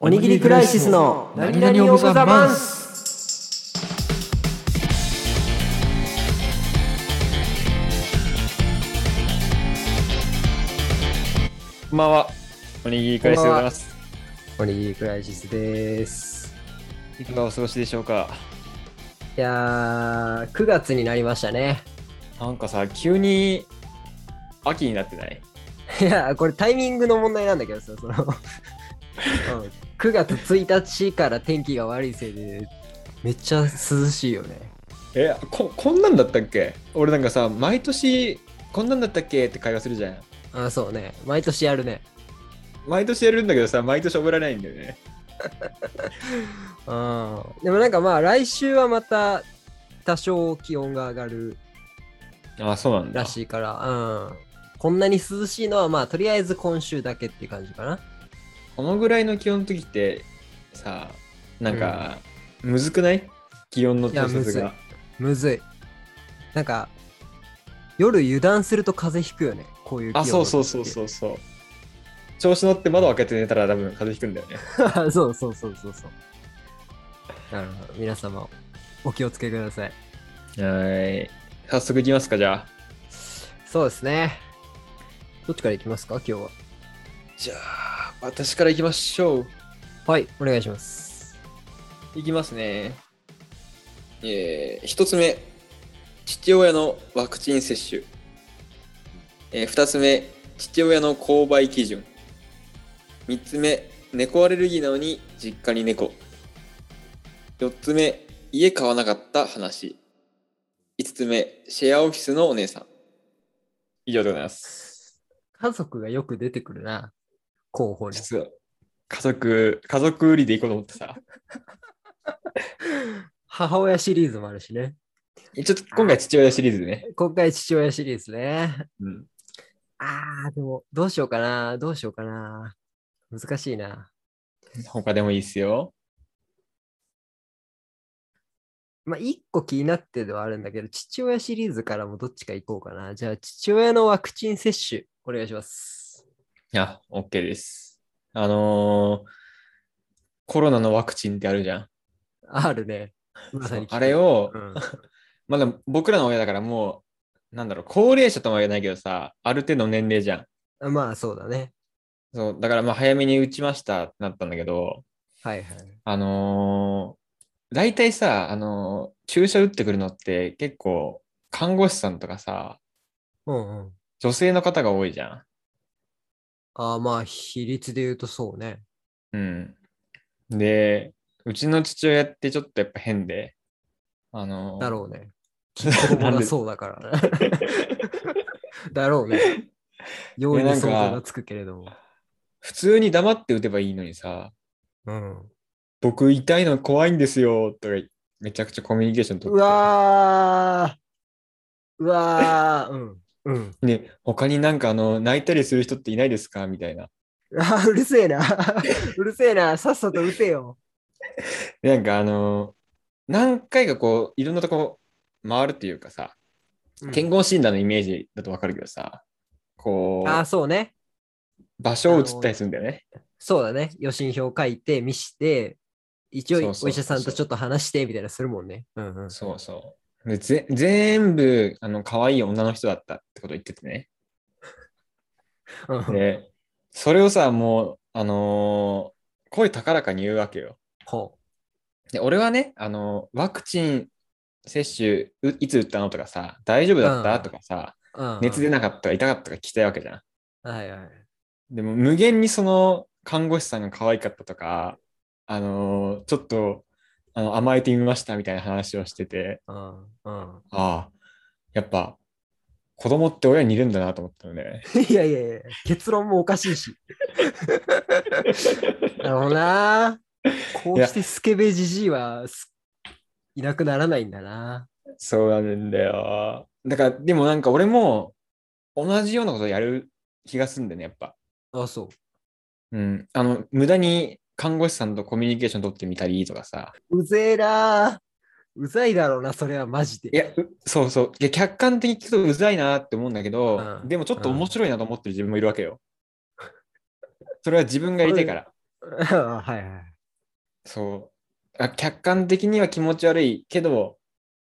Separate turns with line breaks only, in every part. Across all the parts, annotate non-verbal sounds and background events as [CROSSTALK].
おにぎりクライシスの
何々オブザマンス
こんばんは。おにぎり返しでございます。
おにぎりクライシスです
いかがお過ごしでしょうか。
いやー9月になりましたね
なんかさ、急に秋になってない
いやこれタイミングの問題なんだけどさその、うん、9月1日から天気が悪いせいでめっちゃ涼しいよね
えこ、こんなんだったっけ俺なんかさ、毎年こんなんだったっけって会話するじゃん。
あそうね毎年やるね
毎年やるんだけどさ、毎年覚えられないんだよね。
うんでもなんかまあ来週はまた多少気温が上がる
あ、そうなん
らしいからうんこんなに涼しいのはまあとりあえず今週だけっていう感じかな
このぐらいの気温の時ってさ、なんか、むずくない気温の調
いやむ
節
ずい
が。
むずいなんか夜油断すると風邪ひくよねこういう気温
あ、そうそうそう
う
そうそう。調子乗って窓開けて寝たら多分風邪ひくんだよね。
そう [LAUGHS] そうそうそうそうなるほど皆様お気をつけください
はい。早速いきますか、じゃあ。
そうですねどっちからいきますか今日は
じゃあ、私からいきましょう。
はいお願いします
いきますね。えー、1つ目、父親のワクチン接種。えー、2つ目、父親の購買基準。3つ目、猫アレルギーなのに実家に猫。4つ目、家買わなかった話。5つ目、シェアオフィスのお姉さん。以上でございます。
家族がよく出てくるな候補に
実は、家族、家族売りでいこうと思ってさ。
母親シリーズもあるしね
ちょっと今回父親シリーズでね。
今回父親シリーズね
うん。
あーでもどうしようかなどうしようかな難しいな
他でもいいですよ。
まあ、一個気になってるのはあるんだけど、父親シリーズからもどっちか行こうかな。じゃあ、父親のワクチン接種、お願いします。
あ、OK です。あのーコロナのワクチンってあるじゃん。
あるね。まさに聞く
あれ、を、
うん
まだ僕らの親だからもう、なんだろう、高齢者とも言えないけどさ、ある程度の年齢じゃん。
あまあ、そうだね。
そうだからまあ早めに打ちましたってなったんだけど、
はいはい。
あのー大体さ、あのー注射打ってくるのって結構、看護師さんとかさ、
うんうん。
女性の方が多いじゃ
あーまあ、比率で言うとそうね。
ん。うん。で、うちの父親ってちょっとやっぱ変で、あのー
だろうね。子供
なん
が
で [LAUGHS]
そうだから。だろうね。容易に
なんか
想像がつくけれども。
普通に黙って打てばいいのにさ、
うん、
僕痛いの怖いんですよ、とか、めちゃくちゃコミュニケーション取って。
うわーうわーうん。うん。
ね、他になんかあの、泣いたりする人っていないですかみたいな。
あ [LAUGHS] ーうるせ
[LAUGHS]
えな。うるせえな。さっさと打てよ。
でなんかあの、何回かこう、いろんなとこ回るっていうかさ、健康診断のイメージだとわかるけどさ、こ
ああ、
う、
そうね。
場所を移ったりするんだよね。
そうだね。予診票書いて、見して、一
そう
応
そ
お
う
医者さんとちょっと話してみたいなするもんね。うんうん。
そうそう。でぜ全部、あの、可愛い女の人だったってこと言っててね。
うん
で、それをさ、もう、あのー声高らかに言うわけよ。
ほ
で、俺はね、あのーワクチン接種ういつ打ったのとかさ、大丈夫だった、
うん
とかさ、
ううんうん
熱出なかったとか痛かったとか聞きたいわけじゃん。
はいはい。
でも無限にその看護師さんが可愛かったとか、あのーちょっとあの甘えてみましたみたいな話をしてて、
うんうん、
ああ、やっぱ子供って親に似るんだなと思ったのね。
いやいやいや、結論もおかしい
[LAUGHS]
し。なるほどな。こうしてスケベじじいはすいなくならないんだな。
そうなんだよ。だから、でもなんか俺も同じようなことやる気がすんだよね、やっぱ。
あ、そう。
うん。あの、無駄に看護師さんとコミュニケーション取ってみたりとかさ。
うぜえな。うざいだろうな、それはマジで。
いや、うそうそう。いや、客観的に聞くとうざいなって思うんだけど、
うん
でもちょっと面白いなと思ってる自分もいるわけよ。それは自分がやりたいから。
[LAUGHS] はいはい。
そうあ。客観的には気持ち悪いけど、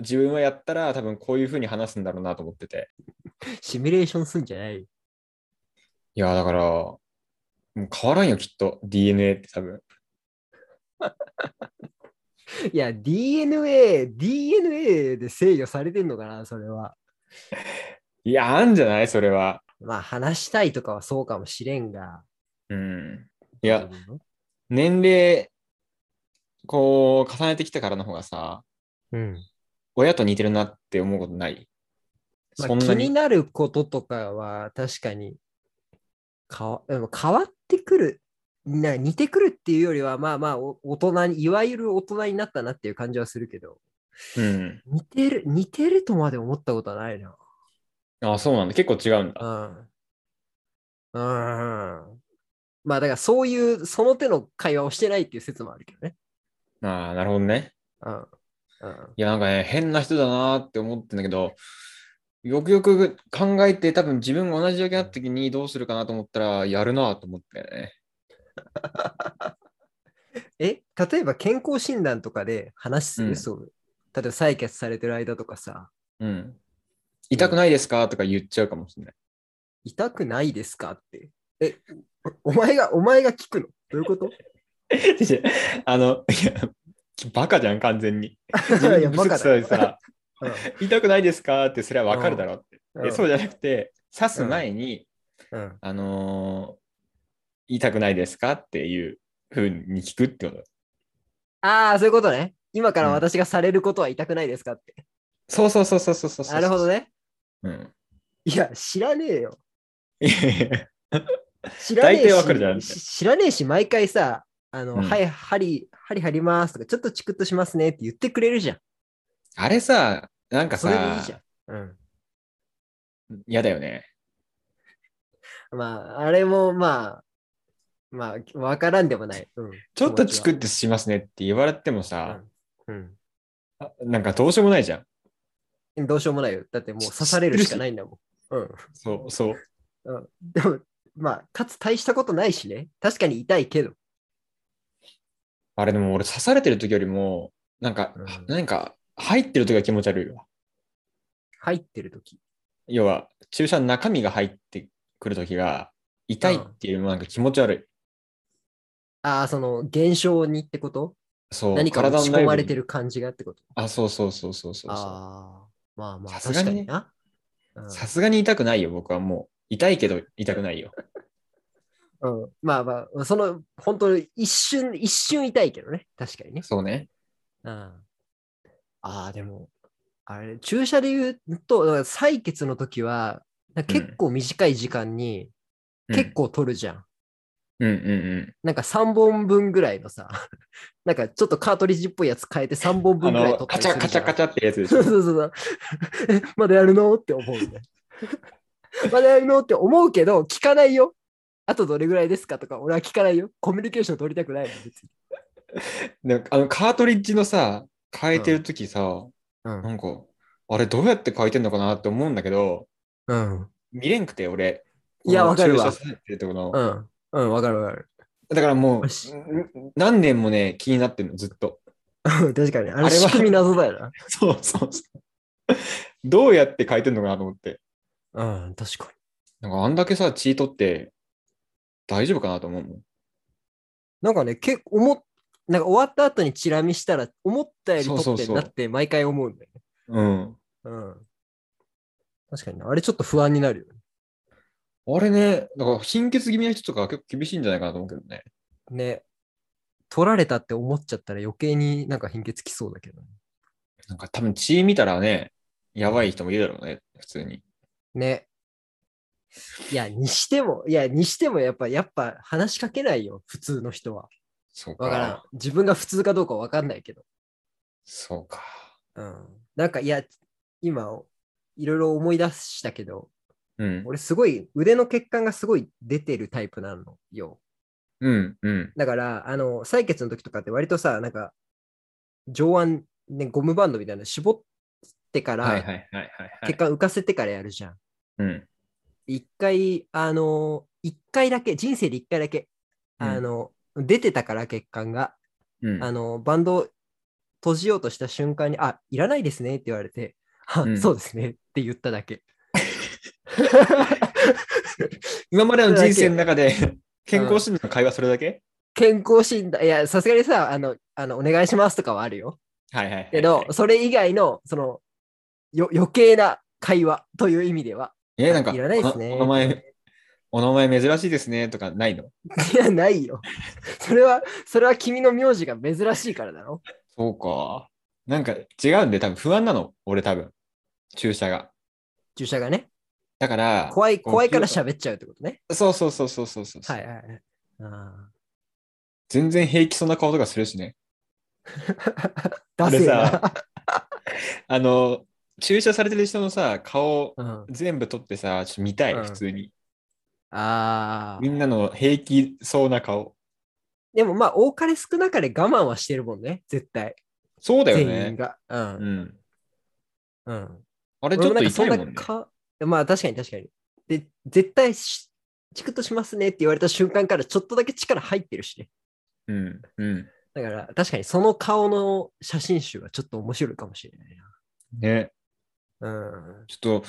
自分はやったら多分こういうふうに話すんだろうなと思ってて。
シミュレーションすんじゃないよ
いや、だから、もう変わらんよ、きっと。DNA って多分。
いや、DNA、DNA で制御されてんのかな、それは。
いや、あんじゃないそれは。
まあ、話したいとかはそうかもしれんが。
うん。いや、年齢、こう、重ねてきたからの方がさ、
うん。
親と似てるなって思うことない。
まあ
そんな
気に
に。
なることとかは確かにかわでも変わってくるな似てくるっていうよりはまあまあお大人にいわゆる大人になったなっていう感じはするけど
うん。
似てる似てるとまで思ったことはないな
あ、そうなんだ。結構違うんだ。
うんうんまあだからそういうその手の会話をしてないっていう説もあるけどね
ああ、なるほどね。
うんうん
いや、なんかね、変な人だなーって思ってんだけど、よくよく考えて、多分自分が同じ状況になった時にどうするかなと思ったら、やるなーと思ってね。
え例えば健康診断とかで話する、
うん
そう例えば採血されてる間とかさ
うん。痛くないですかとか言っちゃうかもしれない。
痛くないですかって。え、おお前が、お前が聞くのどういうこと
[LAUGHS] あの、いや、バカじゃん、完 [LAUGHS] 全に。自分
い
に
や
ブス
バ
ク
カだ
さ
よ
れてさ、
[LAUGHS] うん
痛くないですかってそれはわかるだろうって。
う
え
ん
そうじゃなくて、刺す前に、
うん
あのー痛くないですかっていうふうに聞くってこと。
ああ、そういうことね。今から
うん
私がされることは痛くないですかって。
そうそうそうそうそうそうそ
な
う。
るほど。ね。
うん。
いや、知らねえよ。
いやいや
知らねえ
大体わかるじゃん
し、し知らねえし、毎回さ、あの、
うん
はい、針、針張りますとか、ちょっとチクッとしますねって言ってくれるじゃん。
あれさ、なんか
それでいいじゃ
さ、
ん。
嫌だよね。
うん。まあ、あれも、まあ、まあ、わからんでもない。うん、
ちょっと
気持
チ
は
クってしますねって言われてもさ、
うん。
あなんかどうしようもないじゃん。
うん。どうしようもないよ。だってもう刺されるしかないんだもん。うん。
そうそう。
でも、まあ、かつ大したことないしね。確かに痛いけど。
あれでも俺刺されてる時よりも、なんか、
うん
なんか入ってる時が気持ち悪いわ。
入ってるとき。
要は注射の中身が入ってくる時が痛いっていうよりもなんか気持ち悪い。
ああ、その、現象にってこと
そう。
何かが打ち込まれて
る。
る感じがってこと
あ、そうそうそうそうそうそ
ああ、まあまあ、
さす
確
が
か
に
に
ね
な。
う。さすがに痛くないよ、僕はもう。痛いけど痛くないよ。
うんうんまあまあ、その、本当に一瞬、一瞬痛いけどね。確かにね。
そうね。
うん、ああ、でも、あれ、注射で言うと、だから採血の時は、なんか結構短い時間に、
うん
結。構取るじゃん
うんうんうん。
なんか3本分ぐらいのさ、 [LAUGHS] なんかちょっとカートリッジっぽいやつ変えて3本
あ
分ぐらい取
の、
った
カ
り
チ
す
ャ
る
カチ
じゃ
ャ
ん
カチャってやつでし
そ
ょ
う。そうそう [LAUGHS] そう。えまだやるのって思う [LAUGHS] ね。まだやるのって思うけど、聞かないよ。あとどれぐらいですかとか、俺は聞かないよ。コミュニケーション取りたくないの、別に。
であのカートリッジのさ変えてるときさ、
うん。
なんかあれどうやって変えてんのかなって思うんだけど
うん。
見れんくて俺
いや
この
わかるわ
注射されてるとこの
うん。うん、わかるわかる。
だからも
よし
ううん何年もね気になってんのずっと [LAUGHS]
確かに。あ
あれは
れ仕組み謎だよ
そうそうそうどうやって変えてんのかなと思って
な。うん、確かに。
なんかあんだけさ血取って大丈夫かなと思うもん
なんかね、結構思っ、なんか終わった後にチラ見したら、思ったより
そ
取
う
っ
そう
て
そ
ん
う
なって毎回思うんだよね
うん
うん。確かにねあれちょっと不安になるよね。
あれねだから貧血気味な人とかは結構厳しいんじゃないかなと思うけどね
ね。取られたって思っちゃったら余計になんか貧血きそうだけどね。
なんか多分血見たらねやばい人もいるだろうね普通に
ね。いや、にしても、いや、にしてもやっぱ、やっぱ話しかけないよ、普通の人は。
そう
わからん。自分が普通かどうかわかんないけど。
そうか。
うん。なんか、いや、今、いろいろ思い出したけど、
うん。
俺すごい、腕の血管がすごい出てるタイプなのよ。
うん。うん。
だから、あの、採血の時とかって割とさ、なんか、上腕、ね、ゴムバンドみたいなの絞ってか
はいは
ら、
いはいはい、は
血
い。
管浮かせてからやるじゃん。
うん。
一、回、あの、一回だけ、人生で一回だけ、
うん
あの、出てたから血管が、
うん
あのバンドを閉じようとした瞬間に「あいらないですね」って言われて「あ
うん
そうですね」って言っただけ [LAUGHS]
今までの人生の中で、 [LAUGHS] 健康診断の会話それだけ、
健康診断いやさすがにさあのあの「お願いします」とかはあるよ
はいはいはい。
けどそれ以外のそのよ余計な会話という意味では
えなんか、
いらないですね
おお名前、お名前珍しいですねとかないの
いやないよそれはそれは君の名字が珍しいからだろ
そうか。なんか違うんで、多分不安なの、俺多分。注射が。
注射がね
だから、
怖い
こう
怖いから喋っちゃうってことね
そうそうそうそうそうそう、
はいはいはいあ
全然平気そうな顔とかするしね。
ー
あ
ダ
れ
セえな
さ、あの、注射されてる人のさ、顔
うん、あ
全部撮ってさ、ちょっと見たい、
うん
普通に。
[LAUGHS] あ
みんなの平気そうな顔。
でもまあ多かれ少なかれ我慢はしてるもんね絶対
そうだよ
全員
ね。
がうん
うん。
うん
あ
で
れちょっ
な
と
んか
痛
そ
い
ん
も
なん
ね。
かまあ確かに確かにで絶対しチクッとしますねって言われた瞬間からちょっとだけ力入ってるしね
うん。うん。
だから確かにその顔の写真集はちょっと面白いかもしれない
ね。
なうん
ちょっと、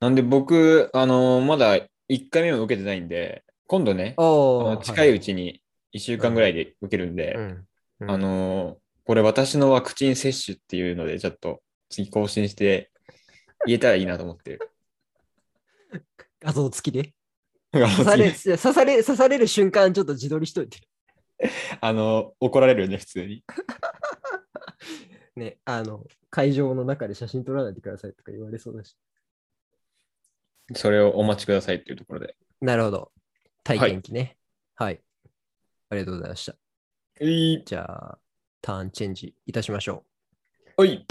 なんで僕、あのまだ1回目も受けてないんで、今度ね、あ
お
の
ー
近いうちに1週間ぐらいで受けるんで、
うんうん
あのこれ私のワクチン接種っていうので、ちょっと次更新して言えたらいいなと
[LAUGHS]
思ってる。
画像付きで [LAUGHS] 刺され
次
刺され刺される瞬間ちょっと自撮りしといて
あの怒られるよね、普通に。
ねあの会場の中で写真撮らないでくださいとか言われそうだし
それをお待ちくださいっていうところで。
なるほど。体験記ね。はい。ありがとうございました。
えい、
じゃあ、ターンチェンジいたしましょう。
おい。